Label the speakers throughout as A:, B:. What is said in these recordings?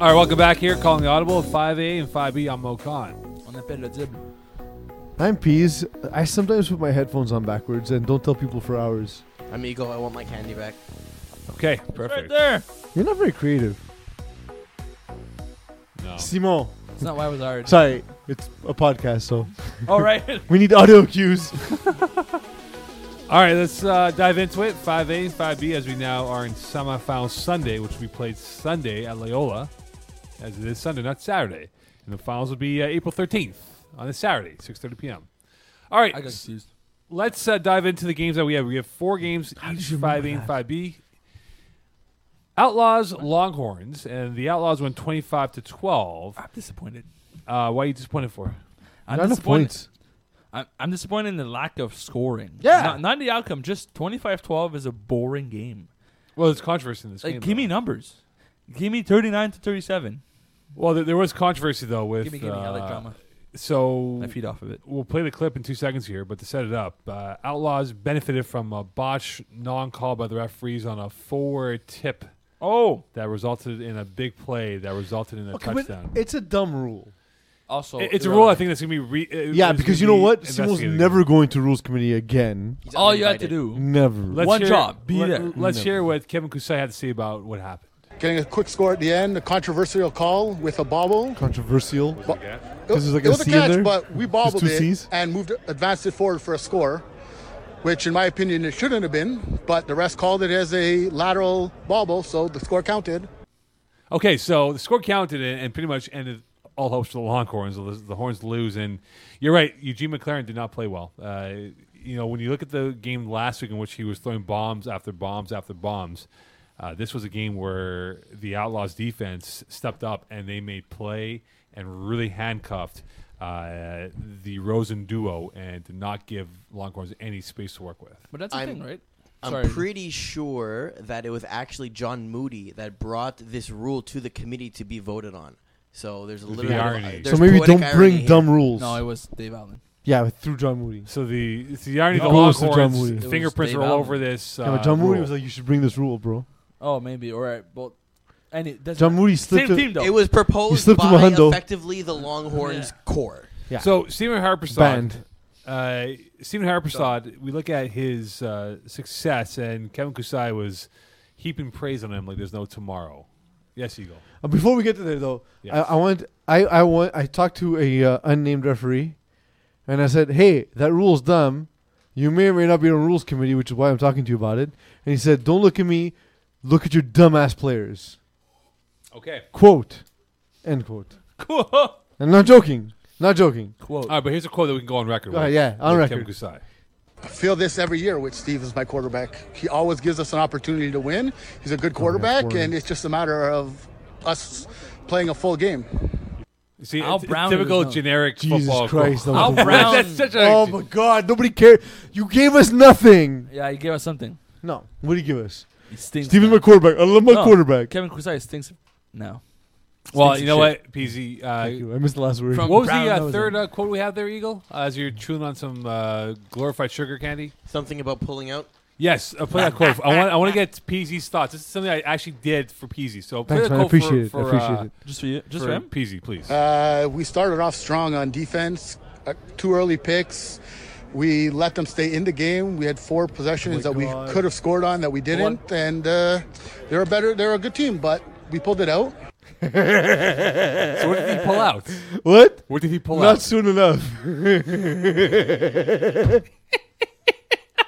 A: All right, welcome back here. Calling the audible 5A and 5B. I'm Mo Khan.
B: On appelle le diable.
C: I'm Peas. I sometimes put my headphones on backwards and don't tell people for hours.
D: I'm Eagle. I want my candy back.
A: Okay,
B: Right
A: perfect.
B: there.
C: You're not very creative.
A: No.
C: Simon.
B: That's not why it was hard.
C: Sorry, it's a podcast, so
B: All right.
C: we need audio cues.
A: All right, let's uh, dive into it. 5A and 5B as we now are in semifinal Sunday, which we played Sunday at Loyola, as it is Sunday, not Saturday. And the finals will be uh, April 13th on a Saturday, 6:30 p.m. All right,
B: I got confused.
A: let's uh, dive into the games that we have. We have four games, each 5A and 5B. Outlaws, Longhorns, and the Outlaws won 25 to 12.
B: I'm disappointed.
A: Uh, why are you disappointed for?
B: I'm
C: not enough
B: disappointed.
C: points.
B: I'm, I'm disappointed in the lack of scoring.
A: Yeah.
B: Not, not the outcome. Just 25-12 is a boring game.
A: Well, there's controversy in this
B: Like,
A: game.
B: give me
A: though.
B: numbers. Give me 39 to 37.
A: well, there, there was controversy though with.
B: give me, give me. I like
A: uh,
B: drama.
A: So
B: I feed off of it.
A: we'll play the clip in two seconds here, but to set it up, uh, Outlaws benefited from a botch non-call by the referees on a forward tip
B: Oh.
A: that resulted in a big play that resulted in a
C: Okay, but
A: touchdown.
C: it's a dumb rule.
B: Also.
A: It- it's a rule I think that's gonna be. Re- uh,
C: Yeah,
A: it's
C: because you
A: gonna
C: know
A: be
C: what? Simon's
A: investigated.
C: never going to rules committee again.
D: He's
B: All you had to
D: uninvited.
B: do.
C: Never.
A: Let's
B: One
A: hear-
B: job, be there.
A: Let's
C: No.
A: hear what Kevin Kusai had to say about what happened.
E: Getting a quick score at the end, a controversial call with a bobble.
C: Controversial.
E: Bo-
C: Because there's like
E: it
C: a
E: was a
C: C in
E: catch,
C: there?
E: but we bobbled
C: two
E: it
C: Cs?
E: and moved, advanced it forward for a score, which in my opinion it shouldn't have been. But the rest called it as a lateral bobble, so the score counted.
A: Okay, so the score counted and, and pretty much ended all hopes for the Longhorns. The, the Horns lose, and you're right. Eugene McLaren did not play well. Uh, you know, when you look at the game last week in which he was throwing bombs after bombs after bombs, uh, this was a game where the Outlaws defense stepped up and they made play and really handcuffed uh, the Rosen duo and did not give Longhorns any space to work with.
B: But that's the
D: I'm-
B: thing, right?
D: I'm
B: Sorry.
D: pretty sure that it was actually John Moody that brought this rule to the committee to be voted on. So there's a little bit
A: irony.
D: Of,
C: so
D: there's
C: maybe
D: poetic
C: don't
D: irony
C: bring
D: here.
C: dumb rules.
B: no, it was Dave Allen.
C: yeah, through John Moody.
A: So the it's the irony of
C: No.
A: the
C: Goes to John Moody.
A: Longhorns
C: It
B: was
A: fingerprints
B: Dave
A: are all
B: Allen.
A: over this. Uh,
C: yeah, but John Moody
A: rule.
C: was like, you should bring this rule, bro.
B: Oh, maybe. All right. Well, and it doesn't
C: John Moody slipped
B: Same
C: it-
B: team, though.
D: It was proposed
C: slipped him a
D: by
C: hundo.
D: effectively the Longhorns core.
C: Yeah.
A: So Stephen Harpersod,
C: Banned.
A: Uh, Stephen Harpersod, we look at his uh, success, and Kevin Kusai was heaping praise on him like there's no tomorrow. Yes, Eagle.
C: Uh, Before we get to there, though,
A: Yes.
C: I, I want I I want I talked to a uh, unnamed referee, and I said, "Hey, that rule's dumb. You may or may not be on rules committee, which is why I'm talking to you about it." And he said, "Don't look at me, look at your dumbass players."
A: Okay.
C: Quote, end quote.
B: Cool.
C: And not joking, not joking.
B: Quote.
A: All right, but here's a quote that we can go on record.
C: All right,
A: with,
C: yeah, on
A: with Kevin
C: record.
A: Kusai.
E: I feel this every year with Steve as my quarterback. He always gives us an opportunity to win. He's a
C: Oh,
E: good quarterback,
C: Warren.
E: and it's just a matter of us playing a full game.
A: See,
B: Al
A: it's, it's
B: Brown
A: typical
B: is not-
A: generic
C: Jesus
A: football.
C: Christ, that
A: quote.
C: was
B: Al
C: the
B: Brown-
C: worst.
A: That's such a.
C: Oh my God! Nobody cared. You gave us nothing.
B: Yeah, he gave us something.
C: No. What did he give us?
B: He stinks.
C: Steven's my quarterback. I love my
B: No.
C: quarterback.
B: Kevin Kusai stinks. No.
A: well,
B: stinks
A: you
B: of
A: know
B: shit.
A: what, PZ. Uh,
C: Thank you. I missed the last word.
B: From-
A: what was
B: Brown
A: the uh,
B: knows
A: third
B: him.
A: uh, quote we have there, Eagle? Uh, as you're chewing on some uh, glorified sugar candy.
D: Something about pulling out.
A: Yes, uh, play that quote. I want. I want to get PZ's thoughts. This is something I actually did for PZ. So play
C: Thanks,
A: that
C: man. I
A: quote for-
C: appreciate it. I
A: for,
C: appreciate
A: uh,
C: it.
B: Just for you. Just
A: for
B: for him.
A: PZ, please.
E: Uh, we started off strong on defense, uh, two early picks. We let them stay in the game. We had four possessions that we
C: God.
E: could have scored on that we didn't, and uh, they're a better, they're a good team, but we pulled it out.
A: So what did he pull out?
C: What?
A: What did he pull
C: uh, Not
A: out?
C: soon enough.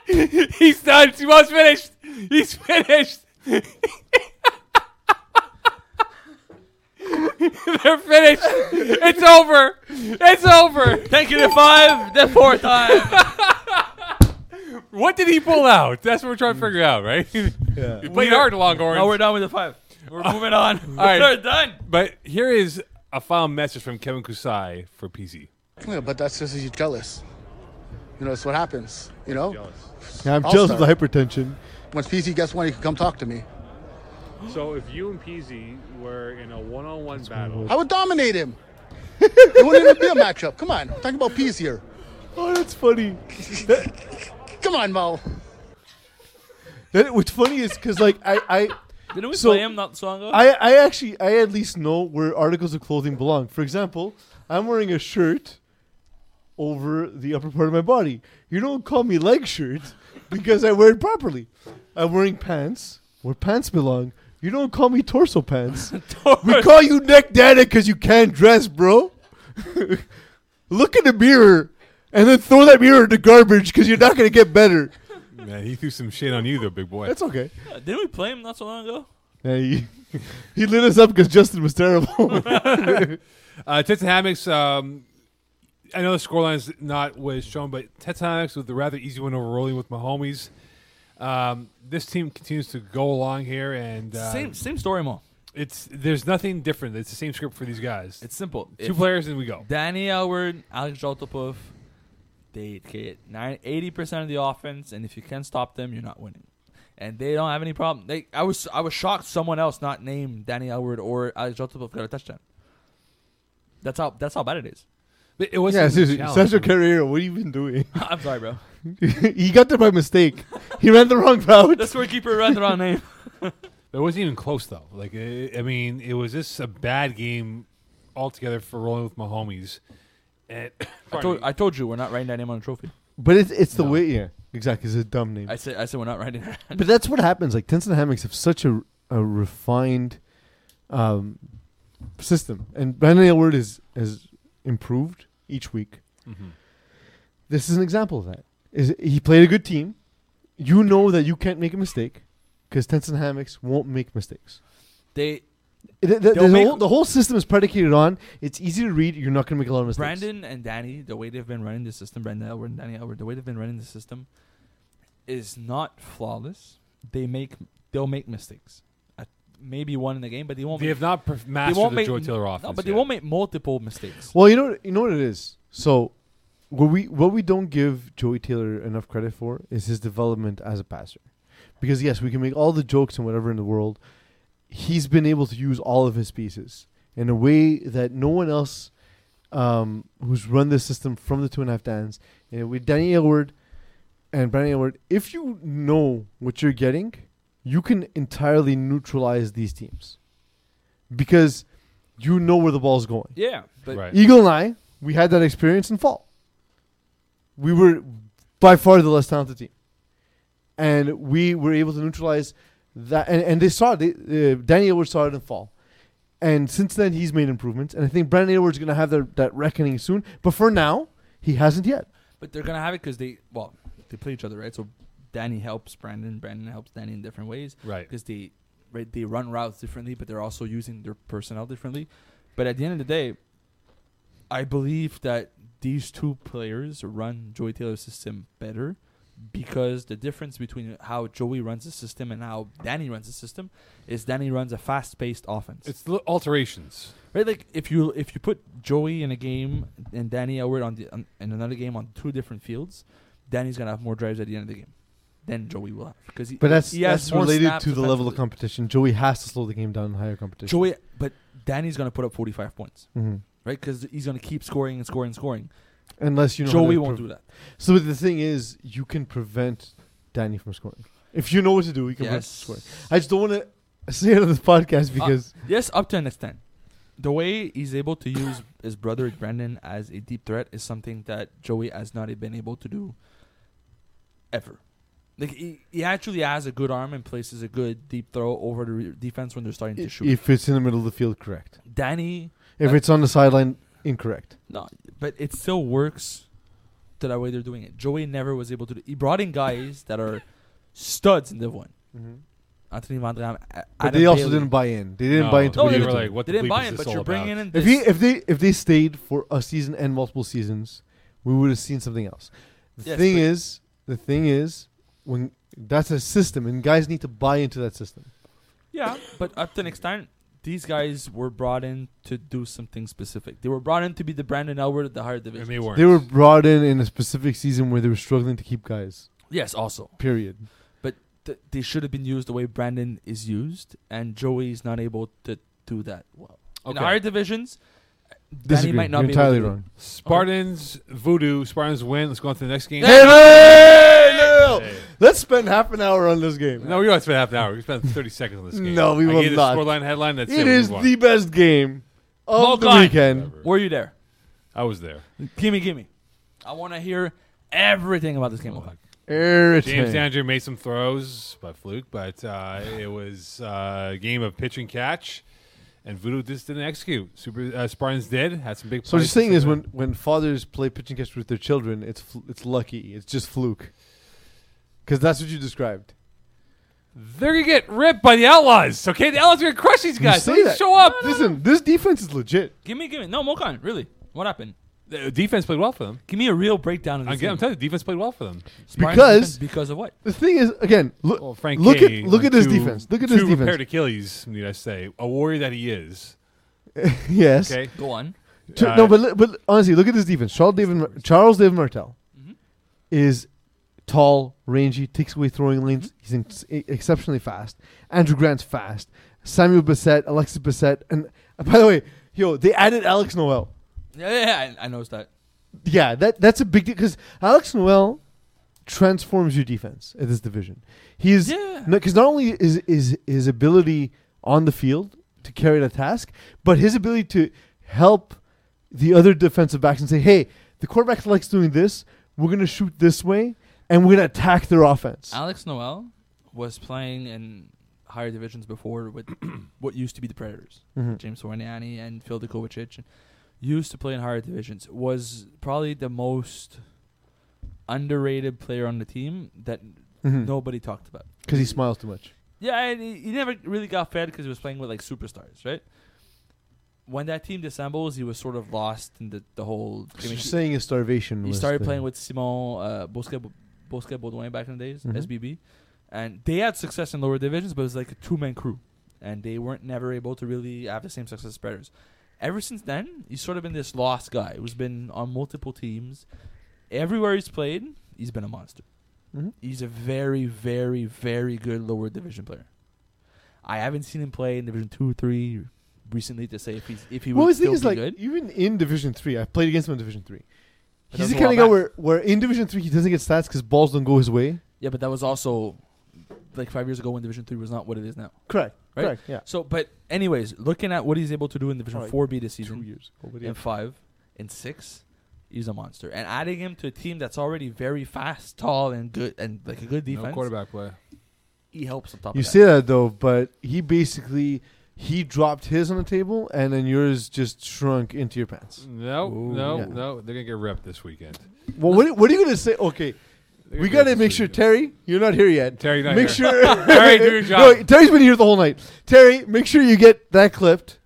A: He's done. He was finished. He's finished. They're finished. It's over. It's over.
B: Thank you to five. The fourth time.
A: What did he pull out? That's what we're trying to figure out, right?
C: Yeah.
A: You played hard, Longhorns.
B: No, Oh, we're done with the five. We're moving on. All
A: Ah. right.
B: We're done.
A: but here is a final message from Kevin Kusai for PZ.
E: Yeah, but that's just you jealous. You know, it's what happens. You know,
C: Yeah, I'm
E: I'll
C: jealous of
E: start.
C: the hypertension.
E: once PC gets one, he can come talk to me.
A: So if you and PZ were in a one-on-one battle,
E: I would dominate him. it wouldn't even be a matchup. Come on, talking about peas here.
C: Oh, that's funny.
E: Come on, Mo.
C: That, what's funny is because like I, I,
B: Didn't we
C: So-
B: play him not so long ago?
C: I, I actually I at least know where articles of clothing belong. For example, I'm wearing a shirt over the upper part of my body. You don't call me leg shirt because I wear it properly. I'm wearing pants where pants belong. You don't call me torso pants. we call you neck daddy because you can't dress, bro. Look in the mirror and then throw that mirror in the garbage because you're not gonna get better.
A: Man, he threw some shit on you, though, big boy.
C: That's okay.
B: Yeah, Didn't we play him not so long ago?
C: Yeah, he, he lit us up because Justin was terrible.
A: Uh, Tits and Hammocks. Um, I know the scoreline is not what is shown, but Tits and Hammocks with the rather easy one over rolling with my homies. Um, this team continues to go along here, and uh,
B: same same story, Mo.
A: It's there's nothing different. It's the same script for these guys.
B: It's simple.
A: two
B: If
A: players and we go.
B: Danny Elward, Alex Joltopov, they get nine- 80% of the offense, and if you can stop them, you're not winning. And they don't have any problem. They, I was I was shocked someone else not named Danny Elward or Alex Joltopov got a touchdown. That's how that's how bad it is.
A: But it wasn't
C: Yeah,
A: even
C: seriously,
A: a challenge.
C: Sergio Carrera, what have you been doing?
B: I'm sorry, bro.
C: he got there by mistake. He ran the wrong
B: The
C: route.
B: scorekeeper ran the wrong name.
A: It wasn't even close though. Like I I mean, it was just a bad game altogether for rolling with my homies. And
B: I told, I told you we're not writing that name on a trophy.
C: But it's it's the
B: No.
C: way. Yeah, exactly. It's a dumb name.
B: I said I said we're not writing that.
C: but that's what happens. Like tents and hammocks have such a a refined um, system, and Brandon Aylward is has improved each week.
A: Mhm.
C: This is an example of that. Is he played a good team? You know that you can't make a mistake because tents and hammocks won't make mistakes.
B: They
C: It- the- the,
B: They'll make-
C: whole, the whole system is predicated on it's easy to read. You're not going to make a lot of mistakes.
B: Brandon and Danny, the way they've been running the system, Brandon Elward and Danny Elward, the way they've been running the system is not flawless. They make they'll make mistakes. Uh, maybe one in the game, but they won't
A: they
B: make,
A: have not perf- mastered
B: won't
A: the
B: make-
A: Joy Taylor offense.
B: no, but they
A: yet.
B: won't make multiple mistakes.
C: Well, you know, you know what it is. So, what we what we don't give Joey Taylor enough credit for is his development as a passer, because yes, we can make all the jokes and whatever in the world. He's been able to use all of his pieces in a way that no one else, um, who's run this system from the two and a half downs, and with Danny Aylward and Brandon Aylward, if you know what you're getting, you can entirely neutralize these teams, because you know where the ball's going.
B: yeah, but
A: Right.
C: Eagle and I, we had that experience in fall. We were by far the less talented team, and we were able to neutralize that. And, and they saw it. They, uh, Danny Edwards saw it in fall, and since then he's made improvements. And I think Brandon Edwards is going to have that, that reckoning soon. But for now, he hasn't yet.
B: but they're gonna have it because they well they play each other right. So Danny helps Brandon, Brandon helps Danny in different ways
A: Right.
B: because they right, they run routes differently, but they're also using their personnel differently. But at the end of the day, I believe that these two players run Joey Taylor's system better because the difference between how Joey runs the system and how Danny runs the system is Danny runs a fast-paced offense.
A: It's li- alterations.
B: Right, like if you if you put Joey in a game and Danny Elward on, the, on in another game on two different fields, Danny's gonna have more drives at the end of the game than Joey will have because he,
C: But that's
B: he has
C: that's
B: more
C: related
B: snaps
C: to the level of
B: offensively.
C: competition. Joey has to slow the game down in higher competition.
B: Joey. But Danny's gonna put up forty five points,
C: Mhm.
B: right? Because he's gonna keep scoring and scoring and scoring.
C: Unless you know how to
B: Joey won't
C: improve.
B: do that.
C: So the thing is, you can prevent Danny from scoring if you know what to do. You can prevent him from scoring. I just don't want to say it on this podcast
B: Ah,
C: because
B: Yes, up to an extent. The way he's able to use his brother Brandon as a deep threat is something that Joey has not been able to do ever. Like he, he actually has a good arm and places a good deep throw over the re- defense when they're starting to
C: i-
B: shoot.
C: if it's in the middle of the field, correct.
B: Danny,
C: If
B: Uh,
C: it's on the sideline, incorrect.
B: no, but it still works to the way they're doing it. Joey never was able to. Do, he brought in guys that are studs in Div One.
C: Mm-hmm.
B: Anthony Van Dam,
C: But they also didn't buy in. They didn't
A: No,
C: buy into
A: no,
C: what
A: Oh, they
C: he
A: were
C: was
A: like,
C: doing.
A: what
B: They
A: the
B: didn't
A: bleep
B: buy
A: is
B: him,
A: this
B: but
A: all
B: you're bringing
A: about?
B: in.
C: If
B: This
C: he if they if they stayed for a season and multiple seasons, we would have seen something else. The
B: Yes,
C: thing
B: but-
C: is, the thing is, when that's a system, and guys need to buy into that system.
B: Yeah, but up to an extent, these guys were brought in to do something specific. They were brought in to be the Brandon Elward of the higher
A: And
B: division.
A: they weren't.
C: They were brought in in a specific season where they were struggling to keep guys.
B: Yes, also,
C: Period.
B: but th- they should have been used the way Brandon is used, and Joey's not able to do that well. In the
A: Okay.
B: higher divisions, Danny
C: Disagree.
B: might not
C: You're
B: be able
C: entirely
B: to do it.
C: wrong.
A: Spartans voodoo. Spartans win. Let's go on to the next game.
C: Hey, hey, no, no, no.
A: yeah, yeah.
C: Let's spend half an hour on this game.
A: No, we don't spend half an hour. We spend 30 seconds on this game.
C: No, we
A: I
C: will
A: gave
C: not.
A: The scoreline headline. That's
C: it
A: we
C: is
A: move on.
C: the best game of the
B: Volkan.
C: weekend.
A: Whatever.
B: Were you there?
A: I was there.
B: Gimme, gimme. I want to hear everything about this game. Volkan.
A: James
C: Everything.
A: Andrew made some throws by fluke, but uh, it was uh, a game of pitch and catch, and Voodoo just didn't execute. Super uh, Spartans did had some big.
C: So what
A: plays
C: you're saying
A: to
C: is
A: set
C: when,
A: up.
C: when fathers play pitch and catch with their children, it's fl- it's lucky. It's just fluke. Because that's what you described.
A: they're gonna get ripped by the Outlaws. Okay, the Outlaws are gonna crush these
C: You
A: guys.
C: say
A: They
C: that.
A: show up.
C: Listen, this defense is legit.
B: Gimme, gimme. No, Mokan, really. What happened?
A: The defense played well for them.
B: Give me a real breakdown of
A: I'm,
B: this
A: I'm
B: game.
A: telling you, defense played well for them.
B: Spartans
C: Because-
B: defense because of what?
C: The thing is, again, look,
A: Well, Frank
C: look
A: Kay,
C: at look
A: on
C: at this
A: two-
C: defense. Look at this
A: two repaired
C: defense.
A: Achilles, need I say, a warrior that he is.
C: yes.
A: Okay,
B: Go on.
C: Ch-
A: Uh,
C: no, but li- but honestly, look at this defense. Charles David Mar- Charles David Martel is tall, rangy, takes away throwing lanes. He's ex- exceptionally fast. Andrew Grant's fast. Samuel Bissett, Alexis Bissett, and uh, by the way, yo, they added Alex Noel.
B: Yeah, yeah, yeah I, I noticed that.
C: Yeah, that that's a big deal because Alex Noel transforms your defense at this division. He is
B: Yeah.
C: because not only is is his ability on the field to carry the task, but his ability to help the other defensive backs and say, "Hey, the quarterback likes doing this. We're gonna shoot this way, and we're gonna attack their offense."
B: Alex Noel was playing in higher divisions before with what used to be the Predators.
C: Mhm.
B: James Sorniani and Phil Dikovic used to play in higher divisions. Was probably the most underrated player on the team that
C: Mhm.
B: nobody talked about.
C: Because he smiles too much.
B: Yeah, and he, he never really got fed because he was playing with like superstars, right? When that team dissembles, he was sort of lost in the, the whole.
C: So you're saying his starvation.
B: He
C: was
B: started
C: the-
B: playing with Simon uh, Bosque, Bosque Baudouin back in the days,
C: Mhm.
B: SBB, and they had success in lower divisions, but it was like a two man crew, and they weren't never able to really have the same success as Predators. Ever since then, he's sort of been this lost guy who's been on multiple teams. Everywhere he's played, he's been a monster.
C: Mhm.
B: He's a very, very, very good lower division player. I haven't seen him play in Division Two, Three recently to say if he's if he
C: well,
B: would
C: his
B: still
C: thing
B: be
C: is like
B: good.
C: even in Division Three, I played against him in Division Three.
B: But that
C: He's
B: was
C: the
B: a while
C: kind of guy
B: back.
C: where, where in Division Three he doesn't get stats because balls don't go his way.
B: Yeah, but that was also like five years ago when Division Three was not what it is now.
C: Correct.
B: Right?
C: Correct. Yeah.
B: So, but anyways, looking at what he's able to do in Division
C: Alright,
B: Four B this season,
C: years.
B: in five, in six, he's a monster. And adding him to a team that's already very fast, tall, and good, and like a good
A: no
B: defense,
A: quarterback play.
B: he helps on top.
C: You
B: of that.
C: say that though, but he basically he dropped his on the table, and then yours just shrunk into your pants.
A: No,
B: Ooh.
A: no,
C: Yeah.
A: no. They're gonna get ripped this weekend.
C: Well, what, are- what are you gonna say? Okay,
A: They're gonna
C: we
A: get
C: gotta
A: ripped
C: make
A: this
C: sure
A: weekend.
C: Terry, you're not here yet.
A: Terry, not
C: make
A: here.
C: sure
A: Terry, do your
C: No,
A: job.
C: Terry's been here the whole night. Terry, make sure you get that clipped,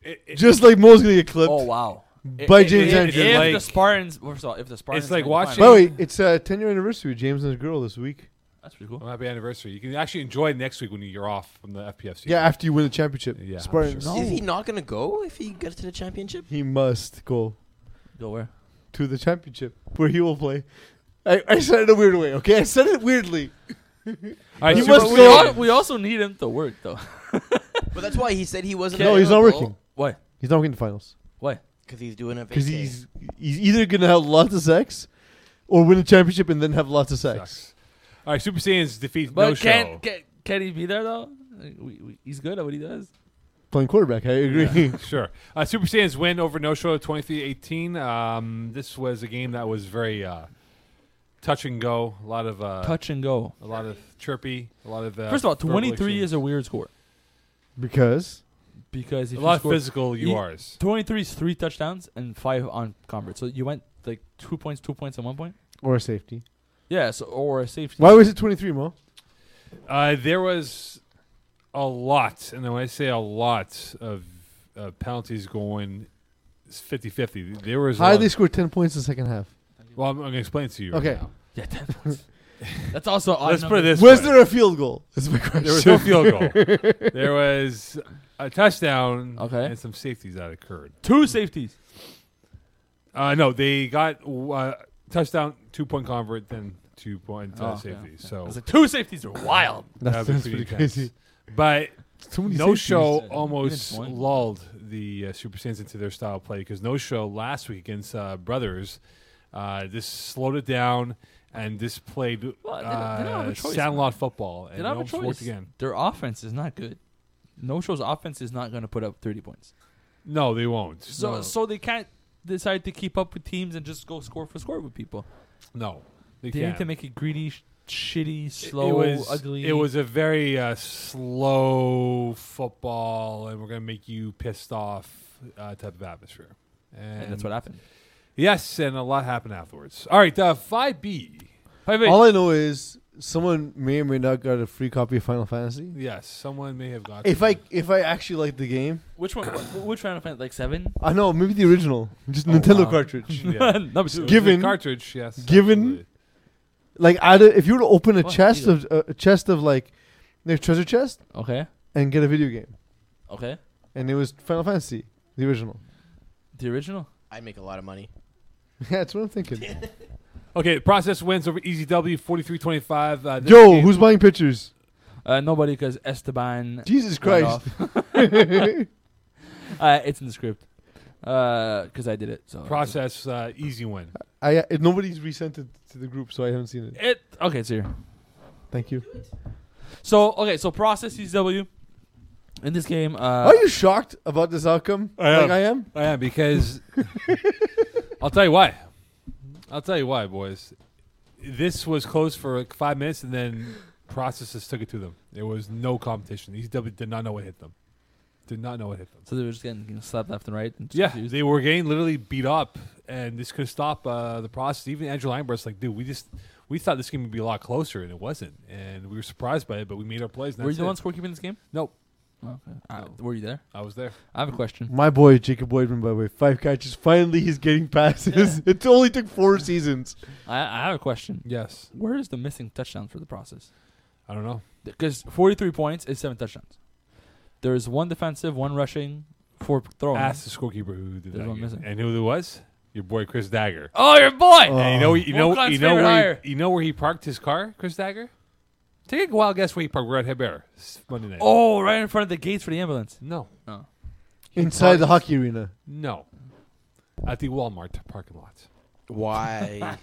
A: It- it-
C: just like Mo's gonna get clipped.
B: oh wow,
C: By James
B: if,
A: Anderson.
B: If
A: Like-
B: the Spartans, first of all, if the Spartans,
A: like
B: make the
A: watching-
C: By the
B: finals-
C: way, it's a 10 year anniversary with James and his girl this week.
B: that's pretty cool.
A: Well, happy anniversary. You can actually enjoy next week when you're off from the FPFC.
C: Yeah, after you win the championship.
A: Yeah, I'm
C: Spartans.
B: sure.
D: Is he not going to go if he gets to the championship?
C: He must go.
B: Go where?
C: to the championship where he will play. I, I said it a weird way, okay? I said it weirdly.
A: All right,
C: You
A: Super
B: But
C: must
A: Bowl-
B: we,
C: go.
B: al- we also need him to work though.
D: But that's why he said he wasn't.
C: No, he's not working.
B: Why?
C: He's not working the finals
B: Why?
D: because he's doing a
C: because
D: vacay.
C: he's he's either gonna have lots of sex or win a championship and then have lots of sex.
A: Sucks. All right, Super Saiyans defeat
B: But
A: no
B: can,
A: show.
B: can can he be there though? Like, we, we, he's good at what he does.
C: Playing quarterback, I agree.
A: Sure. Uh, Super Saiyans win over No Show 23-18. Um, this was a game that was very uh, touch and go. A lot of uh,
B: Touch and go.
A: a lot of chirpy. A lot of uh,
B: First of all,
A: verbal
B: 23 is
A: exchange.
B: a weird score
C: because
B: because if
A: a
B: you
A: lot of
B: score
A: physical
B: you-
A: URs.
B: 23 is three touchdowns and five on convert. So you went like two points, two points, and one point.
C: or a safety.
B: Yeah, so or a safety.
C: Why was it twenty three, Mo?
A: Uh, there was a lot, and when I say a lot of uh, penalties going 50-50. There was a
C: How
A: lot-
C: did they score ten points in the second half?
A: Well, I'm, I'm going to explain it to you. right
C: Okay.
A: now.
B: Yeah, 10 points. That's also odd
A: Let's put it
B: numbers.
A: this
C: Was
A: way.
C: there a field goal? That's my question.
A: There was no field goal. There was a touchdown
B: Okay.
A: and some safeties that occurred.
B: two safeties.
A: Uh, no, they got uh, touchdown, two point convert, then two point
B: Oh,
A: uh,
B: okay,
A: safety.
B: okay.
A: So
B: I was like, two safeties are wild.
A: that'd
C: That's,
A: be
C: that's pretty
A: intense.
C: crazy.
A: But
C: Too many
A: no
C: safeties.
A: show
B: Even
A: almost
B: one.
A: lulled the uh, Super Saiyans into their style of play because no show last week against uh, Brothers, uh, this slowed it down and this played
B: Well, they don't- they don't have
A: uh,
B: a choice,
A: Sandlot football. And
B: They don't
A: no
B: have a
A: one's worked
B: choice.
A: again.
B: Their offense is not good. No show's offense is not going to put up 30 points.
A: No, they won't.
B: So
A: no.
B: so they can't decide to keep up with teams and just go score for score with people.
A: no, they,
B: They
A: can't.
B: need to make it greedy, sh- shitty,
A: It-
B: slow,
A: it was,
B: ugly.
A: It was a very uh, slow football, and we're going to make you pissed off uh, type of atmosphere. And,
B: and that's what happened.
A: Yes, and a lot happened afterwards. All right, uh, 5B.
B: Five eight.
C: All I know is someone may or may not got a free copy of Final Fantasy.
A: Yes, someone may have got.
C: If I if I actually like the game,
B: Which one? wh- which Final Fantasy? Like seven?
C: I know maybe the original, just Nintendo
A: Oh, wow.
C: cartridge.
A: Yeah.
B: Number two.
C: Give- Given-
A: The cartridge, yes.
C: given- like I'd, if you were to open a
B: What?
C: chest of a chest of like their treasure chest
B: Okay.
C: and get a video game,
B: Okay.
C: and it was Final Fantasy, the original.
B: The original.
D: I make a lot of money.
C: Yeah, that's what I'm thinking.
A: Okay, process wins over EZW 43-25. Uh, this
C: Yo,
A: game-
C: who's buying pictures?
B: Uh, nobody because Esteban.
C: Jesus
B: got
C: Christ!
B: off. uh, it's in the script. Because I did it. So
A: process uh, easy win?
C: I uh, nobody's resent it to the group, so I haven't seen it.
B: It okay. It's here.
C: Thank you.
B: So okay. So process CW. In this game, uh,
C: Are you shocked about this outcome?
A: I
C: like
A: am.
C: I am.
A: I am Oh, because I'll tell you why. I'll tell you why, boys. This was close for like five minutes, and then processes took it to them. There was no competition. ECW did not know what hit them. Did not know what hit them.
B: so they were just getting you know, slapped left and right. And just
A: Yeah,
B: confused.
A: they were getting literally beat up, and this could stop uh, the process. Even Andrew Langbert's like, dude, we just we thought this game would be a lot closer, and it wasn't, and we were surprised by it, but we made our plays. And
B: were you
A: that's
B: the
A: it.
B: one scorekeeping this game?
A: Nope,
B: Okay. Uh,
A: No.
B: were you there?
A: I was there.
B: I have a question.
C: My boy Jacob Boydman, by the way, five catches. Finally, he's getting passes. It only took four seasons.
B: I, I have a question.
A: Yes,
B: Where is the missing touchdown for the process?
A: I don't know.
B: Because 43 points is seven touchdowns. There is one defensive, one rushing, four throwing.
A: Ask the scorekeeper who did
B: There's
A: that,
B: one
A: game.
B: missing.
A: and who it was? Your boy Chris Dagger.
B: Oh, your boy!
C: Oh.
A: And you know, you know,
B: Wolfgang's
A: you know
B: favorite
A: where
B: hire.
A: he, you know where he parked his car, Chris Dagger. Take a wild guess where he parked. We're at Hebert s- Monday night.
B: Oh, right in front of the gates for the ambulance.
A: no,
C: Inside the hockey arena.
A: no, at the Walmart parking lot.
D: Why?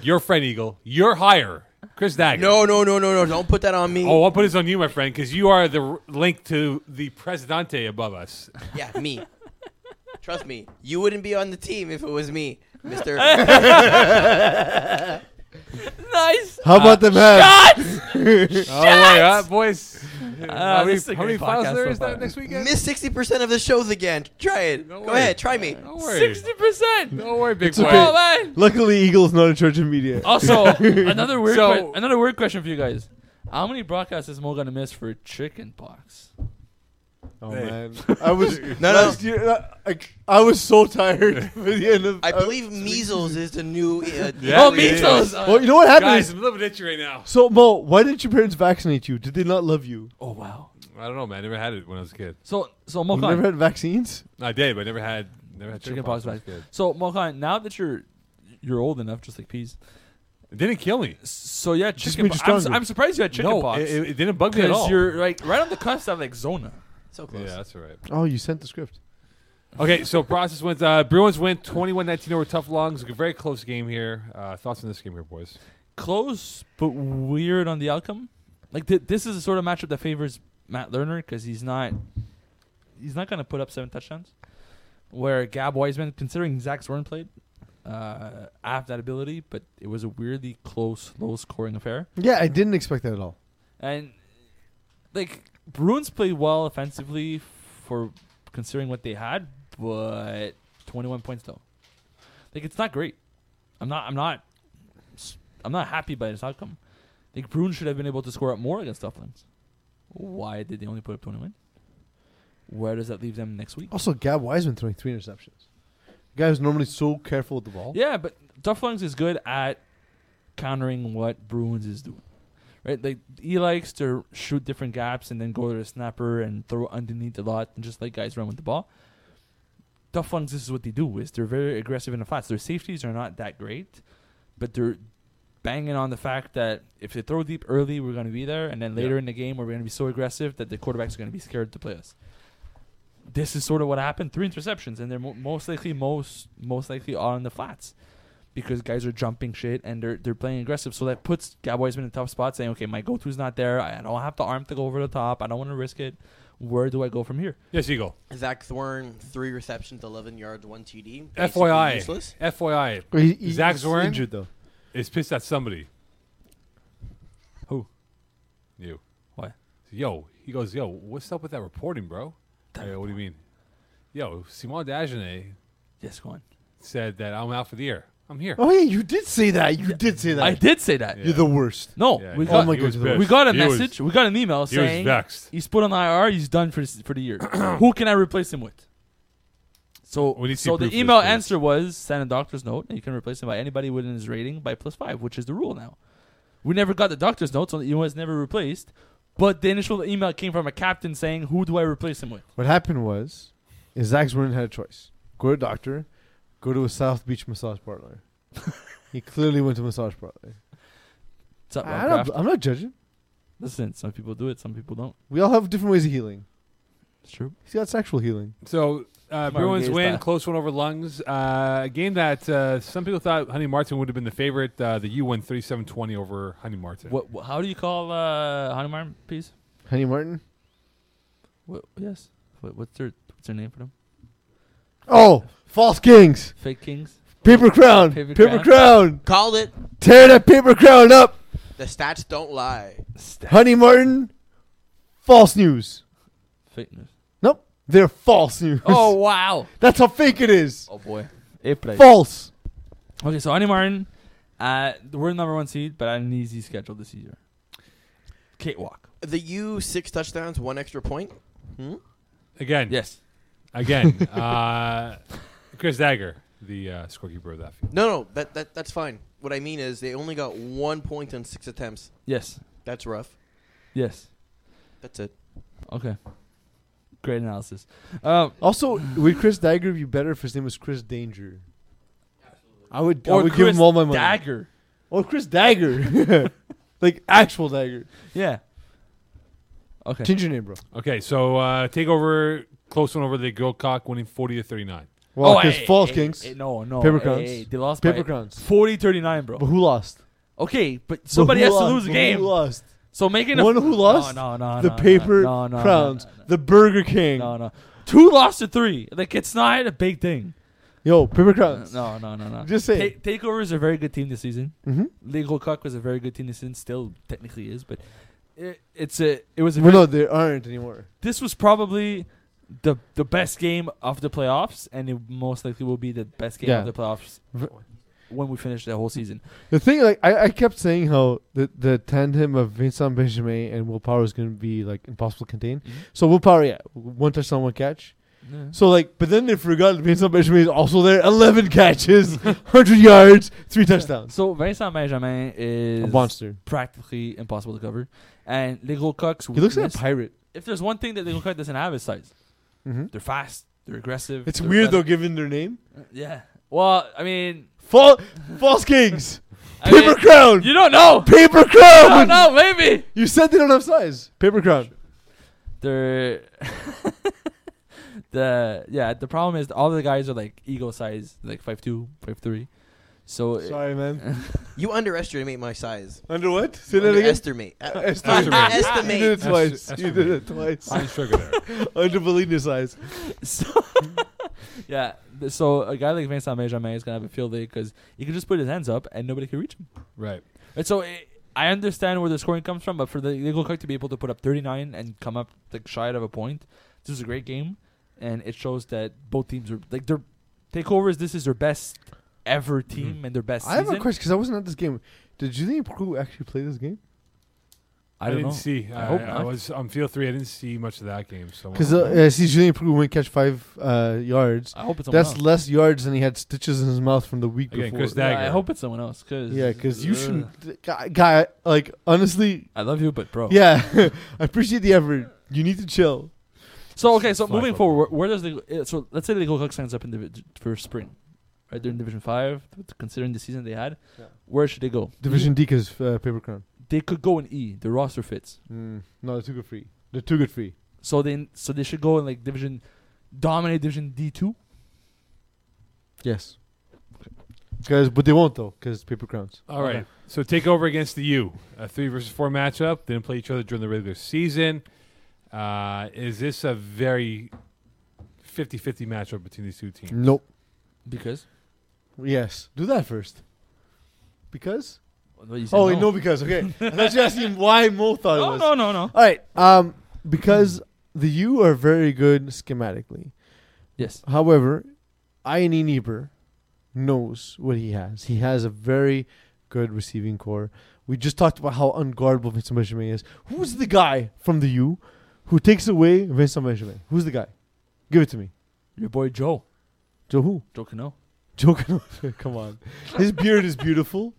A: Your friend Eagle, your hire, Chris Dagger.
D: no, no, no, no, no! Don't put that on me.
A: Oh, I'll put this on you, my friend, because you are the r- link to the Presidente above us. Oh,
D: Yeah, me. Trust me, you wouldn't be on the team if it was me, Mister.
B: Nice!
C: How about them have?
A: Oh my God, boys! how many,
B: Ah, this is a
A: how many
B: great
A: files
B: podcast
A: there
B: so
A: is
B: far.
A: that next weekend?
D: Miss sixty percent of the shows again. Try it.
A: Don't
D: Go
A: worry.
D: ahead, try me.
A: Don't worry,
B: 60%!
A: don't worry, big
C: It's okay.
A: boy.
B: Oh, man!
C: Luckily, Eagles not in charge of media.
B: Also, another weird,
A: So-
B: que- another weird question for you guys. How many broadcasts is Mo gonna miss for chicken pox?
C: Oh
A: Hey.
C: man, I was
D: no.
C: last year. I, I, I was so tired by the end of.
D: I
C: uh,
D: believe measles is the new. Uh,
A: Yeah,
B: oh,
A: it is.
B: measles! Uh,
C: well, you know what happened?
A: Guys,
C: is-
A: I'm living itchy right now.
C: so Mo, why didn't your parents vaccinate you? Did they not love you?
B: oh wow!
A: I don't know, man. I never had it when I was a kid.
B: So, so
C: You never
B: Mokan,
C: had vaccines.
A: I did, but I never had never had
B: chicken
A: chickenpox
B: pox.
A: when I was
B: Back.
A: a kid.
B: So, Mokan, now that you're you're old enough, just like peas.
A: It didn't kill me.
B: So yeah,
C: Just
B: chicken.
C: made you
B: pox. I'm, su-
C: stronger.
B: I'm surprised you had chicken
A: no,
B: pox.
A: It, it- it didn't bug me at all.
B: you're like right on the cusp of like Zona.
D: so close.
A: yeah, that's all right.
C: Oh, you sent the script.
A: Okay, so process went. Uh, Bruins went 21-19 over tough lungs. A very close game here. Uh, thoughts on this game here, boys?
B: Close, but weird on the outcome. Like th- this is the sort of matchup that favors Matt Lerner because he's not he's not gonna put up seven touchdowns. Where Gab Wiseman, considering Zach Zorn played, uh, I have that ability, but it was a weirdly close, low scoring affair.
C: Yeah, I didn't expect that at all.
B: And like Bruins played well offensively for considering what they had, but 21 points though. Like it's not great. I'm not. I'm not. s- I'm not happy by this outcome. Like Bruins should have been able to score up more against Dufflins. Why did they only put up 21? Where does that leave them next week?
C: Also, Gab Wiseman throwing three interceptions. The guy who's normally so careful with the ball.
B: Yeah, but Dufflings is good at countering what Bruins is doing. Right? Like he likes to shoot different gaps and then go to the snapper and throw underneath a lot and just let guys run with the ball. Dufflings this is what they do is they're very aggressive in the flats. Their safeties are not that great, but they're banging on the fact that if they throw deep early, we're gonna be there, and then later
A: Yeah.
B: in the game we're gonna be so aggressive that the quarterbacks are gonna be scared to play us this is sort of what happened. Three interceptions, and they're mo- most likely most most likely are in the flats. because guys are jumping shit and they're they're playing aggressive. So that puts Cowboys in a tough spot, saying, okay, my go-to's not there. I don't have the arm to go over the top. I don't want to risk it. Where do I go from here?
A: Yes, Eagle.
D: Zach Thorne, three receptions, 11 yards, one TD. Basically
A: FYI,
D: useless.
A: FYI,
C: He- he-
A: Zach
C: he's
A: Zorin?
C: injured though.
A: is pissed at somebody.
B: Who?
A: You.
B: What?
A: Yo, he goes, yo, what's up with that reporting, bro? I go, what do you mean? Yo, Simon Dagenet
B: Yes, go on.
A: said that I'm out for the year. I'm here.
C: Oh yeah, you did say that. You did say that.
B: I did say that.
A: Yeah.
C: You're the worst.
B: No,
A: Yeah,
B: we
A: he-
B: got
C: Oh my
A: he was
C: goodness.
A: pissed.
B: we got a
A: He was-
B: message. we got an email
A: He was
B: saying
A: vexed.
B: he's put on IR. He's done for s- for the year. Who can I replace him with? So,
A: We need to see
B: so the
A: proof of
B: email
A: this, please.
B: answer was send a doctor's note, and you can replace him by anybody within his rating by plus five, which is the rule now. We never got the doctor's note, so the email was never replaced. But the initial email came from a captain saying, "Who do I replace him with?"
C: What happened was, is Zach Zorin had a choice: go to a doctor, go to a South Beach massage parlor. he clearly went to a massage parlor.
B: What's up,
C: I
B: Rob
C: don't,
B: Kraft?
C: I'm not judging.
B: Listen, some people do it, some people don't.
C: We all have different ways of healing.
B: It's true.
C: He's got sexual healing.
A: So uh,
B: Smart
A: Bruins
B: gaze
A: win,
B: back.
A: close one over Lungs. Uh, a game that uh, some people thought Honey Martin would have been the favorite. Uh, the U won 37-20 over Honey Martin.
B: What? wh- How do you call uh, Hanuman piece?
C: Honey Martin.
B: What, yes. What, what's their What's their name for them?
C: Oh, false kings,
B: Fake kings.
C: paper crown,
B: Paper
C: paper,
B: crown.
C: crown.
D: Called it.
C: Tear that paper crown up,
D: The stats don't lie.
C: Honey Martin. False news.
B: Fake news.
C: Nope, they're false news.
B: Oh wow.
C: that's how fake it is.
B: Oh boy. April.
C: False.
B: Okay, so Andy Martin, uh, we're number one seed, but on an easy schedule this year. Kate Walk.
D: The U, six touchdowns, one extra point. Hmm?
A: Again,
B: Yes.
A: again. uh, Chris Dagger, the uh, scorekeeper of that field.
D: No, no, that, that that's fine. What I mean is they only got one point on six attempts.
B: Yes.
D: That's rough.
B: Yes.
D: That's it.
B: Okay. Great analysis. Um,
C: Also, would Chris Dagger be better if his name was Chris Danger? I would. I
B: or
C: would
B: Chris
C: give him all my money.
B: Dagger.
C: Or Chris Dagger, like actual Dagger.
B: Yeah. Okay.
C: Change your name, bro.
A: Okay, so uh, takeover, close one over the Gilcock, winning 40 to 39.
C: Well,
B: Oh,
C: Chris
B: hey,
C: False
B: hey,
C: Kings,
B: hey, no, no.
C: Paper
B: hey,
C: crowns.
B: hey, they lost
C: paper
B: by
C: crowns.
B: 40 39,
C: But
B: bro.
C: who lost?
B: Okay, but somebody
C: But
B: has
C: who
B: to
C: lost?
B: lose a
C: But
B: game.
C: Who lost?
B: So making a
C: One who lost?
B: No, no, no.
C: the
B: no, no,
C: paper
B: no, no, no,
C: crowns.
B: no, no,
C: The Burger King.
B: No, no. Two lost to three. Like, it's not a big thing.
C: Yo, paper
B: Uh,
C: crowns.
B: No, no, no, no.
C: Just say.
B: Ta- Takeover is a very good team this season.
C: Mm-hmm.
B: Legal Cock was a very good team this season. Still, technically is, but it, it's a. It was a.
C: Well,
B: Very,
C: no, they aren't anymore.
B: this was probably the the best game of the playoffs, and it most likely will be the best game
C: Yeah.
B: of the playoffs
C: V-
B: when we finish the whole season.
C: The thing, like, I, I kept saying how the, the tandem of Vincent Benjamin and Will Power is going to be like impossible to contain.
B: Mhm.
C: So Will Power, yeah, one touchdown, one catch. So like, but then they forgot Vincent Benjamin is also there. Eleven catches, hundred yards, three touchdowns.
B: So Vincent Benjamin is
C: A monster.
B: practically impossible to cover, and Legal Cock's.
C: He looks like a pirate.
B: if there's one thing that Legal Cock doesn't have is size.
C: Mm-hmm.
B: They're fast. They're aggressive.
C: It's
B: they're
C: weird though,
B: athletic.
C: given their name.
B: Yeah. Well, I mean,
C: False, false kings,
B: I
C: paper
B: mean,
C: crown,
B: you don't know.
C: paper
B: I don't
C: crown.
B: know. Maybe.
C: You said they don't have size. Paper crown.
B: they're the yeah the problem is all the guys are like ego size like 5'2 5'3 so it-
C: Sorry, man.
D: You underestimate my size.
C: Under what? Say that again.
D: Underestimate. Uh,
C: Estimate. You did it
D: Estimate.
C: twice.
A: Est-
C: You did it twice.
A: Fine sugar there.
C: Under Bellini's size.
B: so yeah th- so a guy like Vincent Benjamin is gonna have a field day because he can just put his hands up and nobody can reach him
A: Right.
B: and so it, I understand where the scoring comes from but for the legal cook to be able to put up 39 and come up like shy of a point this is a great game and it shows that both teams are like their takeovers this is their best ever team and their best
C: I have a
B: season.
C: question because I wasn't at this game. Did you think Prue actually played this game?
A: I,
B: I don't
A: didn't
B: know
A: see.
B: I
A: I,
B: hope
A: I
B: not.
A: was on field three. I didn't see much of that game. So
C: Because uh, I see Julian Prue went catch five uh, yards.
B: I hope it's someone
C: That's
B: else.
C: less yards than he had stitches in his mouth from the week
A: Again,
C: before.
A: Chris
B: Yeah, I
A: Dagger.
B: hope it's someone else. Cause
C: yeah, because you
B: Ugh.
C: shouldn't, guy, guy. Like honestly,
B: I love you, but bro.
C: yeah, I appreciate the effort. You need to chill.
B: So okay, so
A: Fly
B: moving
A: football.
B: forward, where, where does the uh, so let's say the Eagle Cook signs up in the for spring, right? They're in Division Five, but considering the season they had.
C: Yeah.
B: Where should they go?
C: Division D because uh, paper crown.
B: They could go in E. The roster fits,
C: Mm, no, they're too good free. They're too good free.
B: so then so they should go in like Division, dominate Division D two.
C: Yes. Because, but they won't though, because paper crowns.
A: All right. So take over against the U, a three versus four matchup. They didn't play each other during the regular season. Uh, is this a very 50-50 matchup between these two teams?
C: Nope.
B: Because
C: Yes. Do that first. Because?
B: What you said,
C: Oh, wait, no, because okay. I thought you were asking why Mo thought it
B: no,
C: was.
B: no, no, no.
C: All right. Um, because the U are very good schematically.
B: Yes,
C: However, Ian Niebuhr knows what he has. He has a very good receiving core. We just talked about how unguardable Vincent Benjamin is. Who's the guy from the U who takes away Vincent Benjamin? Who's the guy? Give it to me.
B: your boy Joe,
C: Joe who?
B: Joe Cano.
C: Joe Cano. Come on. His beard is beautiful.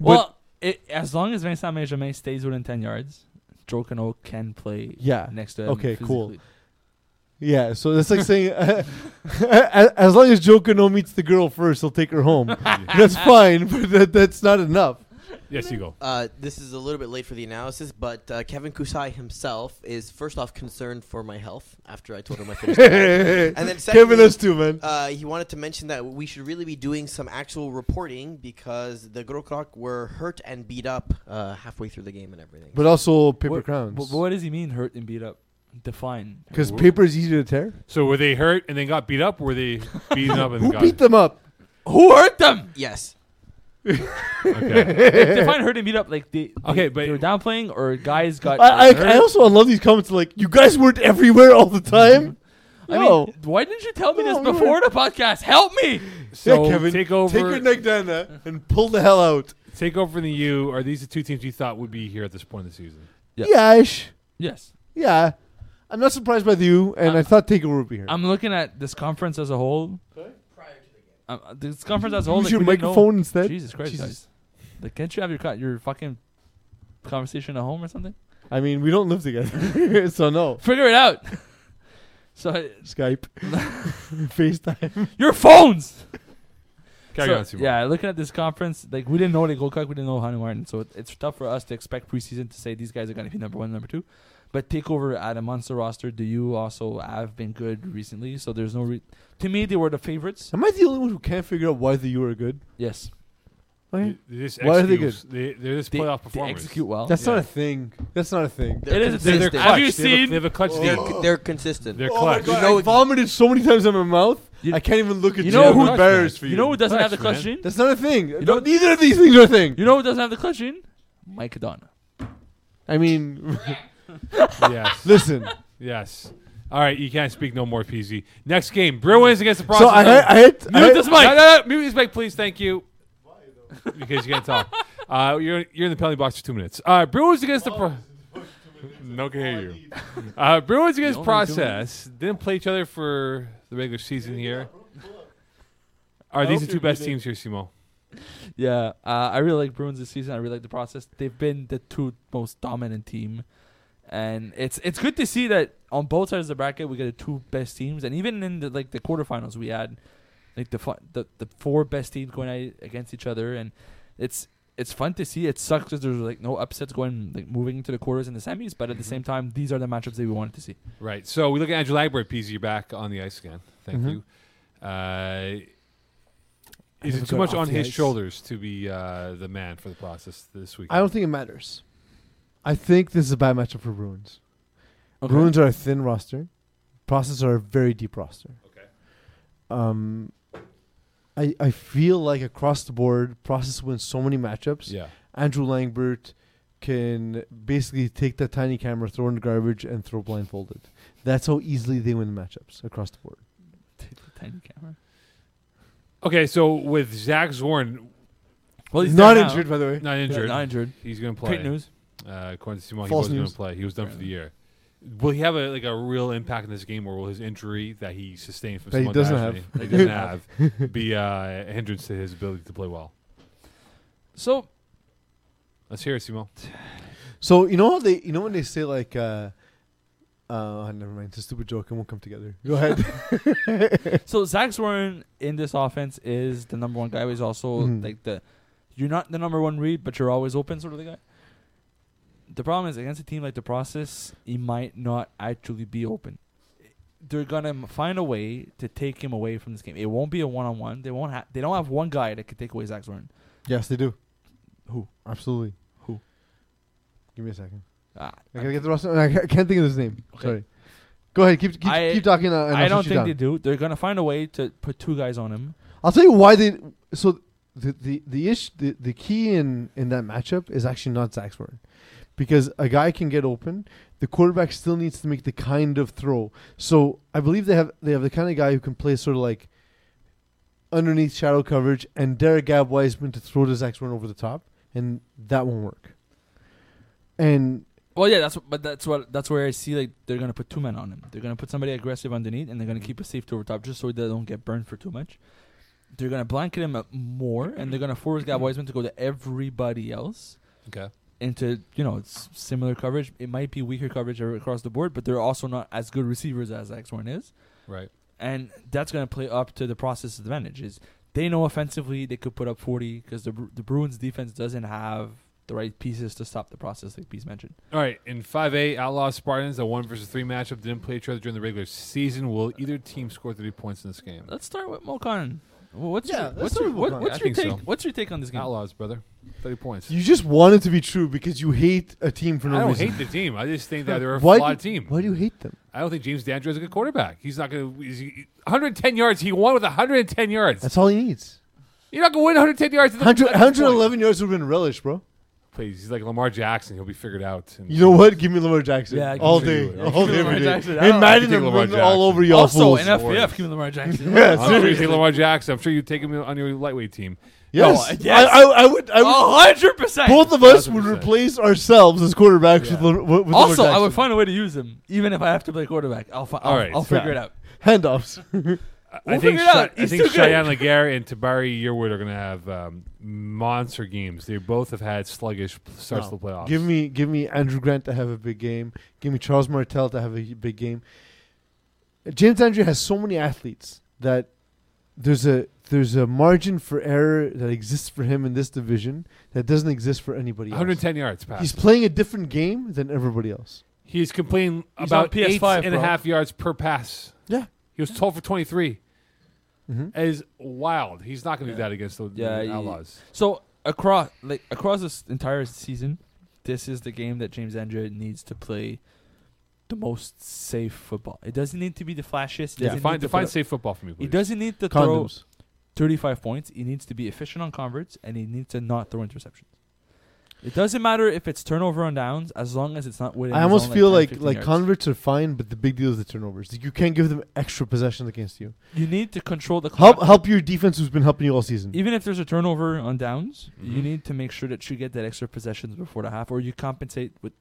C: But-
B: Well, it, as long as Vincent Benjamin stays within ten yards, Joe Cano can play.
C: Yeah.
B: next to him
C: Okay, cool.
B: physically.
C: Yeah, so that's like saying uh, as long as Joe Cano meets the girl first, he'll take her home. that's fine, but that, that's not enough. Mm.
A: Yes, you go.
D: Uh, this is a little bit late for the analysis, but uh, Kevin Kusai himself is first off concerned for my health after I told him I finished.
C: and
D: then
C: Kevin
D: secondly-
C: us too, man.
D: Uh, he wanted to mention that we should really be doing some actual reporting because the Grokrok were hurt and beat up uh, halfway through the game and everything.
C: But also paper
B: What-
C: crowns.
B: But what does he mean hurt and beat up? Define.
C: Because paper is easy to tear.
A: So were they hurt and then got beat up? Were they beaten up and
C: Who
A: got
C: beat them up?
B: Who hurt them?
D: yes,
A: Okay.
B: Define hurt and beat up. Like they, they-
A: Okay, but-
B: they were downplaying or guys got.
C: I, I,
B: hurt?
C: I also love these comments like, you guys weren't everywhere all the time.
B: I
C: No.
B: mean, why didn't you tell me
C: No,
B: this
C: we
B: before the podcast? Help me.
A: So
C: yeah, Kevin,
A: take over.
C: Take your neck down there and pull the hell out.
A: Take over the U. Are these the two teams you thought would be here at this point in the season?
B: Yeah.
C: Yeah, ish.
B: Yes.
C: Yeah. I'm not surprised by the U, and I thought Takeover would be here.
B: Uh, I'm looking at this conference as a whole. Prior to the game. Um, this conference as a whole.
C: Use
B: like,
C: your
B: we didn't know-
C: microphone instead.
B: Jesus Christ,
C: Jesus.
B: guys. Like, can't you have your co- your fucking conversation at home or something?
C: I mean, we don't live together, so no.
B: Figure it out. so uh,
C: Skype, FaceTime.
B: your phones.
A: Carry
B: So,
A: on, Seymour.
B: yeah, looking at this conference, like we didn't know like Gokak, we didn't know Hanu Martin, so it, it's tough for us to expect preseason to say these guys are going to be number one, number two. But takeover at a monster roster, do you also have been good recently? So there's no re- to me they were the favorites.
C: Am I the only one who can't figure out why the U are good?
B: Yes,
C: Oh,
A: They- they just
C: Why are they
A: execute- They, they're just
B: They-
A: playoff
B: they
A: performers.
B: execute well.
C: That's not
A: Yeah.
C: a thing. That's not a thing.
D: They're
B: It is a
A: They're, they're
D: consistent.
A: clutch.
B: Have you
A: They have a-
B: seen-
A: They have a clutch
D: They're,
A: team.
D: they're consistent.
A: They're
C: Oh my
A: clutch.
C: God,
D: You know-
C: I vomited so many times out of my mouth.
B: You-
C: I can't even look at
B: you
C: you.
B: know
C: I'm
B: who-
C: embarrassed for you.
B: You know who doesn't have the
A: Clutch,
B: clutch
A: man.
B: gene?
C: That's not a thing.
B: know-
C: No, neither of these things are a thing.
B: You know who doesn't have the clutch gene? Mike Adana.
C: I mean,
A: yes.
C: listen.
A: Yes. All right, you can't speak no more, PZ. Next game, Bruins against the Bronx.
C: so I had, I had, I
A: mute
C: had-
A: this mic. No, no, no, mute this mic, please. Thank you. because you can't talk. Uh, you're you're in the penalty box for two minutes. Uh, Bruins against the. Pro- no can hear you. Uh, Bruins against
B: only two
A: process didn't play each other for the regular season here. Are these the
B: hope
A: two
B: you're
A: best
B: muted.
A: teams here, Simo?
B: Yeah, uh, I really like Bruins this season. I really like the process. They've been the two most dominant team, and it's it's good to see that on both sides of the bracket we got the two best teams, and even in the like the quarterfinals we had like the fun, the the four best teams going at, against each other, and it's it's fun to see. It sucks because there's like no upsets going like moving into the quarters and the semis, but at the same time these are the matchups that we wanted to see.
A: Right. So we look at Andrew Lagbert. PZ, you're back on the ice again. Thank
C: Mhm.
A: you. Uh, is
C: never
A: it too
C: got
A: much
C: off
A: on
C: the
A: his
C: ice.
A: shoulders to be uh, the man for the process this week?
C: I don't think it matters. I think this is a bad matchup for Bruins. Bruins are a thin roster. Process are a very deep roster.
A: Okay.
C: Um, I I feel like across the board, Process wins so many matchups.
A: Yeah.
C: Andrew Langbert can basically take that tiny camera, throw it in the garbage, and throw blindfolded. That's how easily they win matchups across the board.
B: Tiny camera.
A: Okay, so with Zach Zorn
B: Well, he's
C: not
B: there now.
C: injured, by the way.
A: not
B: Yeah,
A: injured,
B: Not injured.
A: he's going to play.
B: Great news.
A: Uh, according to Simon, he
C: False
A: wasn't going
C: news.
A: to play. He was done for the year. Will he have a, like a real impact in this game, or will his injury that he sustained from
C: That he
A: Simon
C: doesn't
A: Dashny,
C: have.
A: that he doesn't have be uh, a hindrance to his ability to play well?
B: So
A: Let's hear it, Simon.
C: So you know how they you know when they say like uh uh never mind, it's a stupid joke, it won't come together. Go ahead.
B: So Zach Swarren in this offense is the number one guy. He's also
C: Mhm.
B: like the you're not the number one read, but you're always open sort of the guy. The problem is against a team like the process, he might not actually be open. they're gonna m- find a way to take him away from this game. It won't be a one on one. They won't. Ha- they don't have one guy that could take away Zach Zorn.
C: Yes, they do.
B: Who?
C: Absolutely.
B: Who?
C: Give me a second.
B: Ah,
C: I gotta get the roster. I ca- can't think of his name.
B: Okay.
C: Sorry. Go ahead. Keep keep,
B: I-
C: keep talking. Uh, and
B: I
C: I'll
B: don't
C: shoot you
B: think
C: down.
B: they do. They're gonna find a way to put two guys on him.
C: I'll tell you why they. So the the the ish the, the key in in that matchup is actually not Zach's word, because a guy can get open. The quarterback still needs to make the kind of throw. So I believe they have they have the kind of guy who can play sort of like underneath shadow coverage and Derek Gab Wiseman to throw to Zach's run over the top, and that won't work. And
B: Well, yeah, that's what, but that's what that's where I see like they're gonna put two men on him. They're gonna put somebody aggressive underneath, and they're gonna keep a safety over top just so they don't get burned for too much. They're gonna blanket him up more, and they're gonna force Gab Wiseman to go to everybody else
A: Okay.
B: into you know it's similar coverage. It might be weaker coverage ar- across the board, but they're also not as good receivers as X One is,
A: Right.
B: and that's gonna play up to the process advantage. Is they know offensively they could put up forty because the Bru- the Bruins defense doesn't have the right pieces to stop the process, like Peace mentioned.
A: All right. In 5A, Outlaw Spartans, a 1 versus 3 matchup, didn't play each other during the regular season. Will either team score 30 points in this game?
B: Let's start with Mokan. What's
C: Yeah,
B: your,
C: let's
B: what's
C: start
B: your,
C: with Mokan.
B: what,
A: I
B: what's your
A: think
B: take?
A: so.
B: What's your take on this game?
A: Outlaws, brother. 30 points.
C: you just want it to be true because you hate a team for no
A: I don't
C: reason.
A: hate the team. I just think that they're a
C: Why do-
A: flawed team.
C: Why do you hate them?
A: I don't think James Dandridge is a good quarterback. He's not going to. 110 yards. He won with 110 yards.
C: That's all he needs.
A: You're not going to win 110 yards. at the-
C: 100,
A: at this point.
C: 111 yards would have been relish, bro.
A: Please, he's like Lamar Jackson. He'll be figured out. And
C: You know what? Give me Lamar Jackson.
B: Yeah, give
C: all
A: me-
C: day.
A: give me
C: all day,
B: Lamar
C: every day.
B: Jackson. I
C: And
B: don't-
C: Madden
A: I take
C: and
A: Lamar
C: run all
A: Jackson.
C: over y'all
B: also,
C: fools.
B: in
A: F-
B: FBF, give me Lamar Jackson.
C: Yeah,
A: I'm sure you
C: seriously.
A: take Lamar Jackson. I'm sure you take him on your lightweight team.
C: Yes.
B: Oh, yes.
C: I, I, I would. I would
A: Oh,
B: hundred percent.
C: both of us would
A: 100%.
C: replace ourselves as quarterbacks with,
A: Yeah.
C: Lam- with Lamar
B: Also, I
C: Jackson.
B: would find a way to use him, even if I have to play quarterback. I'll fi- I'll,
A: All right,
B: I'll
C: so-
B: figure it out.
C: handoffs.
A: I- I
B: We'll
A: think
B: figure it out.
A: Chi- I
B: He's
A: think
B: too good.
A: Cheyenne Laguerre and Tabari Yearwood are going to have um, monster games. They both have had sluggish p- starts to
C: No.
A: the playoffs.
C: give me, give me Andrew Grant to have a big game. Give me Charles Martel to have a big game. James Andrew has so many athletes that there's a there's a margin for error that exists for him in this division that doesn't exist for anybody else.
A: 110 yards pass.
C: He's
A: He's,
C: playing a different game than everybody else.
A: completing
B: He's on
A: about eight
B: PS5,
A: and a
B: bro.
A: half yards per pass.
C: Yeah.
A: He was 12 for 23.
C: Mhm.
A: That is wild. He's not going to do that against the, the
B: Yeah, he-
A: Outlaws.
B: So across like across this entire season, this is the game that James Andrew needs to play the most safe football. It doesn't need to be the flashiest. It doesn't
A: define
B: need to put
A: define
B: up-
A: safe football for me, please.
B: He doesn't need to throw
C: Condoms.
B: 35 points. He needs to be efficient on converts, and he needs to not throw interceptions. It doesn't matter if it's turnover on downs, as long as it's not within.
C: I
B: his
C: almost
B: own,
C: feel
B: 10,
C: like
B: 15
C: like
B: yards.
C: converts are fine, but the big deal is the turnovers. You can't give them extra possessions against you.
B: you need to control the clock.
C: Help help your defense who's been helping you all season.
B: Even if there's a turnover on downs, you
A: Mhm.
B: need to make sure that you get that extra possessions before the half, or you compensate with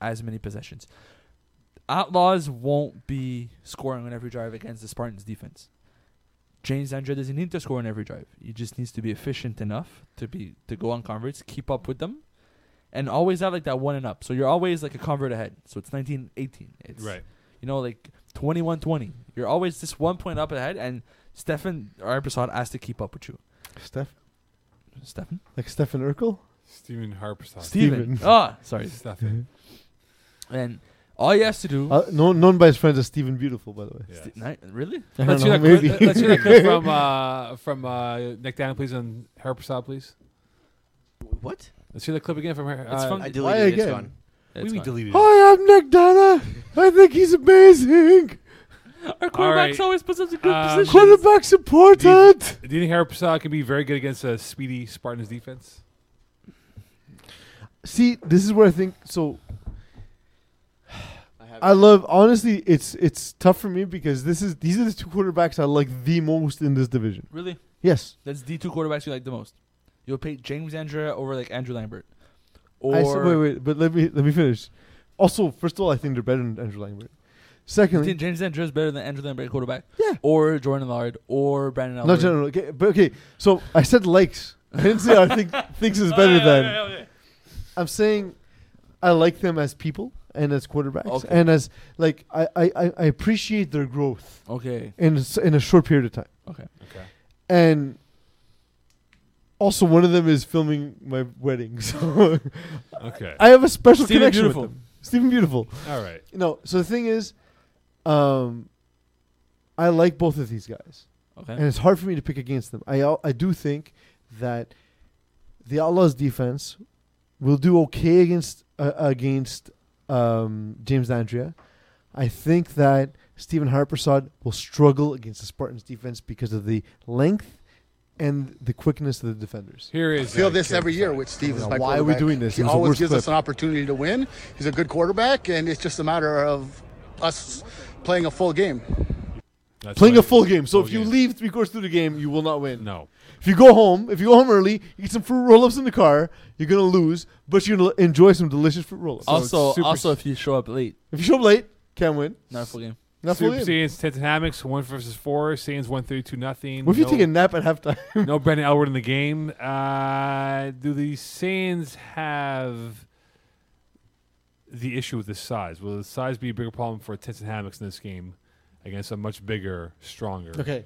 B: as many possessions. Outlaws won't be scoring on every drive against the Spartans defense. James Andre doesn't need to score on every drive. He just needs to be efficient enough to be to go on converts, keep up with them, and always have like that one and up. So you're always like a convert ahead. So it's 19-18. It's
A: Right.
B: you know, like 21 20. You're always just one point up ahead, and Stefan Arpasad has to keep up with you.
C: Steph,
B: Stefan?
C: like Stefan Urkel.
A: Steven Harper's
C: Steven.
B: Steven. Ah, sorry.
A: Stephen.
B: And all he has to do.
C: Uh, known, known by his friends as Stephen Beautiful, by the way.
A: Yes.
B: Ste- ni- really?
C: I
A: Let's
C: don't
A: hear,
C: know,
A: that clip,
C: maybe.
A: let- let's hear that clip from uh, from uh, Nick Down, please, and Harry Prasad, please.
D: What?
A: Let's hear that clip again from her.
B: It's
A: uh,
B: from-
D: I
B: Why
D: deleted it. It's
C: again?
D: gone.
A: what do you mean deleted? it?
C: Hi, I'm Nick Dana. I think he's amazing.
A: quarterback's
B: Our quarterback's
A: right.
B: always positions a
A: good
B: good
A: Um, position.
B: position.
C: Quarterback's important.
A: Do you think Harry Prasad can be very good against a speedy Spartans defense?
C: See, this is where I think so.
D: I have
C: I love honestly. It's it's tough for me because this is these are the two quarterbacks I like the most in this division.
B: Really?
C: Yes,
B: That's the two quarterbacks you like the most. You'll pay James Andrea over like Andrew Lambert. Or
C: I said, wait, wait, but let me let me finish. Also, first of all, I think they're better than Andrew Langford.
B: You
C: Secondly,
B: think James Andrea is better than Andrew Lambert at quarterback?
C: Yeah.
B: Or Jordan Lard or Brandon Albert.
C: not general. Okay, but okay, so I said likes. I didn't say I think thinks is better than. I'm saying I like them as people and as quarterbacks
B: Okay.
C: and as like I, I, I I appreciate their growth
B: Okay.
C: in a s- in a short period of time.
B: Okay.
A: Okay.
C: And also one of them is filming my wedding, so
A: Okay.
C: I have a special
B: Steven
C: connection
B: Beautiful.
C: with them. Stephen Beautiful.
A: All right.
C: No, so the thing is, um, I like both of these guys, and
B: Okay.
C: it's hard for me to pick against them. I al- I do think that the Outlaws defense will do okay against uh, against um, James D'Andrea. I think that Stephen Harpersod will struggle against the Spartans defense because of the length and the quickness of the defenders.
A: Here is
E: feel
A: uh,
E: this
A: Kevin
E: every year
A: Stein.
E: with Steve.
C: I don't
E: As
C: know
E: my
C: why are we
E: quarterback.
C: doing this.
E: He
C: It was the
E: always
C: worst
E: gives us
C: clip.
E: an opportunity to win. He's a good quarterback, and it's just a matter of us playing a full game.
A: That's
C: Playing
A: right.
C: a full game. So
A: Full
C: if you
A: game.
C: leave three quarters through the game, you will not win.
A: no,
C: If you go home, if you go home early, you get some fruit roll-ups in the car. You're gonna lose, but you're gonna enjoy some delicious fruit roll-ups.
A: Oh.
B: also,
A: super-
B: also if you show up late,
C: If you show up late, can't win.
B: not a full game.
C: Not full
A: Super
C: game.
A: Saiyans, Tits and Hammocks, one versus four. Saiyans, one thirty-two, nothing.
C: What if you
A: no,
C: take a nap at halftime?
A: no Brandon Elwood in the game. Uh, do the Saiyans have the issue with the size? Will the size be a bigger problem for Tits and Hammocks in this game against a much bigger, stronger?
C: okay.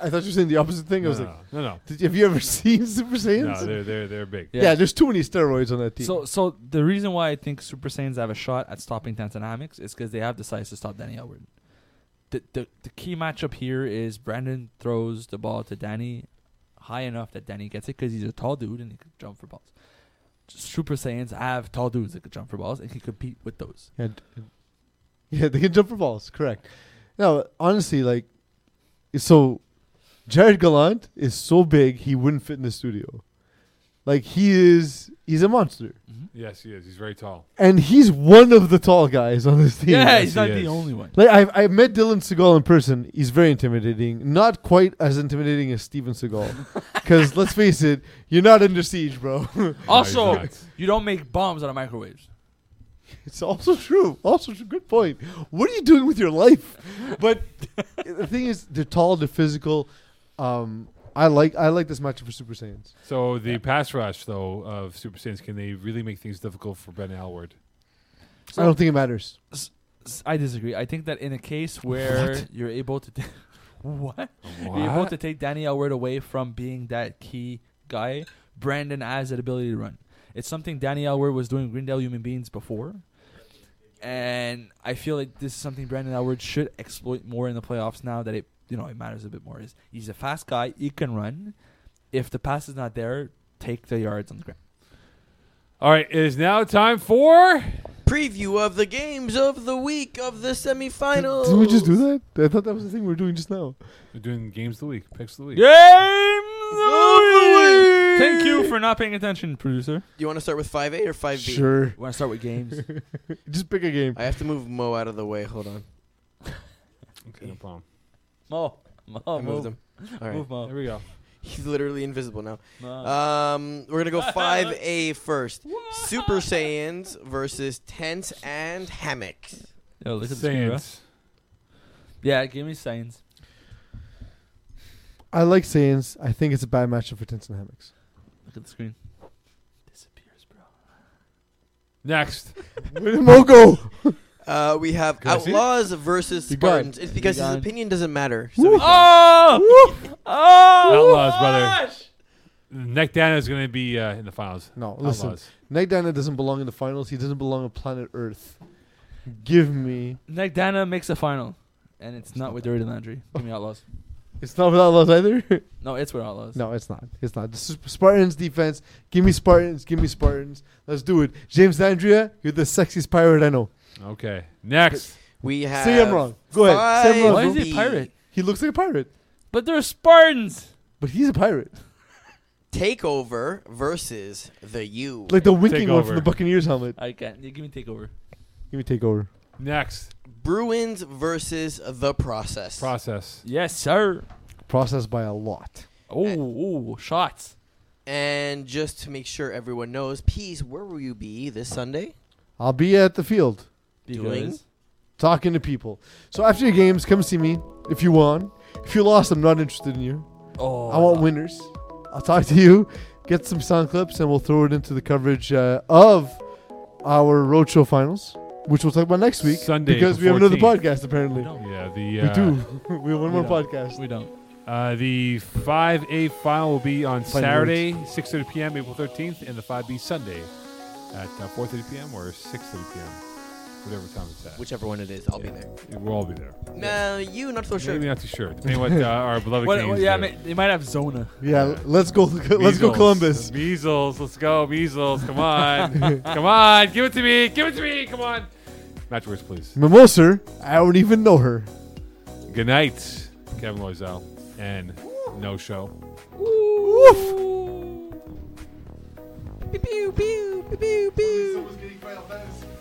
C: I thought you were saying the opposite thing.
A: No,
C: I was
A: no,
C: like,
A: no, no,
C: Did, have you ever seen Super
A: no,
C: Saiyans?
A: no, they're they're they're big.
C: yeah. there's too many steroids on that team.
B: So, so the reason why I think Super Saiyans have a shot at stopping Tantanamics is because they have the size to stop Danny Elward. The, the the key matchup here is Brandon throws the ball to Danny high enough that Danny gets it because he's a tall dude and he can jump for balls. Super Saiyans have tall dudes that can jump for balls and can compete with those.
C: yeah, d- yeah, they can jump for balls. Correct. No, honestly, like, so Jared Gallant is so big he wouldn't fit in the studio. Like he is, he's a monster.
A: Yes, he is. He's very tall.
C: and he's one of the tall guys on this team.
B: Yeah,
A: yes,
B: he's not
A: he
B: the
A: is.
B: only one.
C: Like I've, I've met Dylan Segal in person. He's very intimidating. Not quite as intimidating as Steven Seagal. Because let's face it, you're not under siege, bro.
A: No,
B: Also,
A: he's not.
B: you don't make bombs out of microwaves.
C: it's also true. Also, true. good point. What are you doing with your life? But the thing is, they're tall, they're physical. Um, I like I like this matchup for Super Saiyans.
A: So the pass rush though of Super Saiyans, can they really make things difficult for Ben Alward?
B: So-
C: I don't think it matters.
B: S- I disagree. I think that in a case where you're able to, t- what? You're able to take Danny Elward away from being that key guy. Brandon has that ability to run. It's something Danny Elward was doing Greendale Human Beings before, and I feel like this is something Brandon Elward should exploit more in the playoffs. Now that it you know it matters a bit more. Is he's a fast guy? He can run. If the pass is not there, take the yards on the ground.
A: All right, it is now time for
D: Preview of the games of the week of the semifinals.
C: Did we just do that? I thought that was the thing we were doing just now.
A: we're doing games of the week, picks of the week.
B: Games Thank you for not paying attention, producer.
D: You want to start with five A or five B?
C: Sure.
B: We want to start with games.
C: Just pick a game.
D: I have to move Mo out of the way. Hold on.
A: Okay, no problem.
B: Mo, Oh, Mo,
D: I moved him. All right.
B: Move, Oh. Mo.
A: There we go.
D: He's literally invisible now.
B: Mo.
D: Um, we're gonna go five A first. Super Saiyans versus tents and hammocks.
B: Yo, look at the screen, bro.
A: Saiyans.
B: Yeah, give me signs.
C: I like Saiyans. I think it's a bad matchup for Tenshin Hammocks.
B: Look at the screen. Disappears, bro.
A: Next.
C: Where did Mo go?
D: Uh, we have
A: Can I see it?
D: Outlaws versus
C: Be gone.
D: Spartans. It's because his
B: gone.
D: opinion doesn't matter. So
C: Woo.
D: he's gone.
B: Oh! oh!
A: Outlaws, brother. Neck Dana is going to be uh, in the finals.
C: No, listen.
A: Outlaws.
C: Night Dana doesn't belong in the finals. He doesn't belong on planet Earth. Give me.
B: Nick Dana makes a final. And it's not with Dirty Laundry. Give me Outlaws.
C: It's not without Outlaws either.
B: No, it's with Outlaws.
C: no, it's not. It's not. This is Spartans defense. Give me Spartans. Give me Spartans. Let's do it. James D'Andrea, you're the sexiest pirate I know.
A: Okay. Next.
D: We have.
C: Say I'm wrong. Go ahead. Say I'm
D: five
C: wrong.
B: Why is
D: B.
B: he pirate?
C: He looks like a pirate,
B: But they're Spartans.
C: but he's a pirate.
D: Takeover versus the U.
C: Like the winking one from
A: Takeover.
C: the Buccaneers helmet.
B: I can't. You give me takeover.
C: Give me takeover.
A: Next.
D: Bruins versus the process.
A: Process.
B: Yes, sir.
C: Processed by a lot.
B: Oh, oh, shots.
D: and just to make sure everyone knows, peace. Where will you be this Sunday?
C: I'll be at the field.
D: Doing?
B: Because
C: talking to people. So after your games, come see me if you won. If you lost, I'm not interested in you.
B: oh,
C: I want winners. I'll talk to you, get some sound clips, and we'll throw it into the coverage uh, of our roadshow finals, which we'll talk about next week.
A: Sunday,
C: because
A: the
C: we have another
A: 14th.
C: podcast apparently.
B: We don't.
A: Yeah. The
C: We
A: uh,
C: do. we have one
B: We
C: more
B: don't.
C: podcast.
B: We don't.
A: Uh, the 5A final will be on
C: Final
A: Saturday, 6:30 p.m. April 13th, and the 5B Sunday at uh, 4:30 p.m. or 6:30 p.m. whatever time it's at.
D: Whichever one it is, I'll be there.
A: We'll all be there.
D: No, you not so sure.
A: Maybe not too sure. Depending what uh, our beloved
B: What,
A: Canadians
B: what- yeah,
A: do.
B: I mean, they might have Zona.
C: Yeah, l- let's go. Let's go
A: Measles.
C: Columbus.
A: Measles. Let's go. Measles. Come on. come on. Give it to me. Give it to me. Come on. Match words, please.
C: Mimosa. I don't even know her.
A: Good night, Kevin Loisel. And no show.
B: Pew, pew, pew, pew, pew.
C: getting Final Fantasy.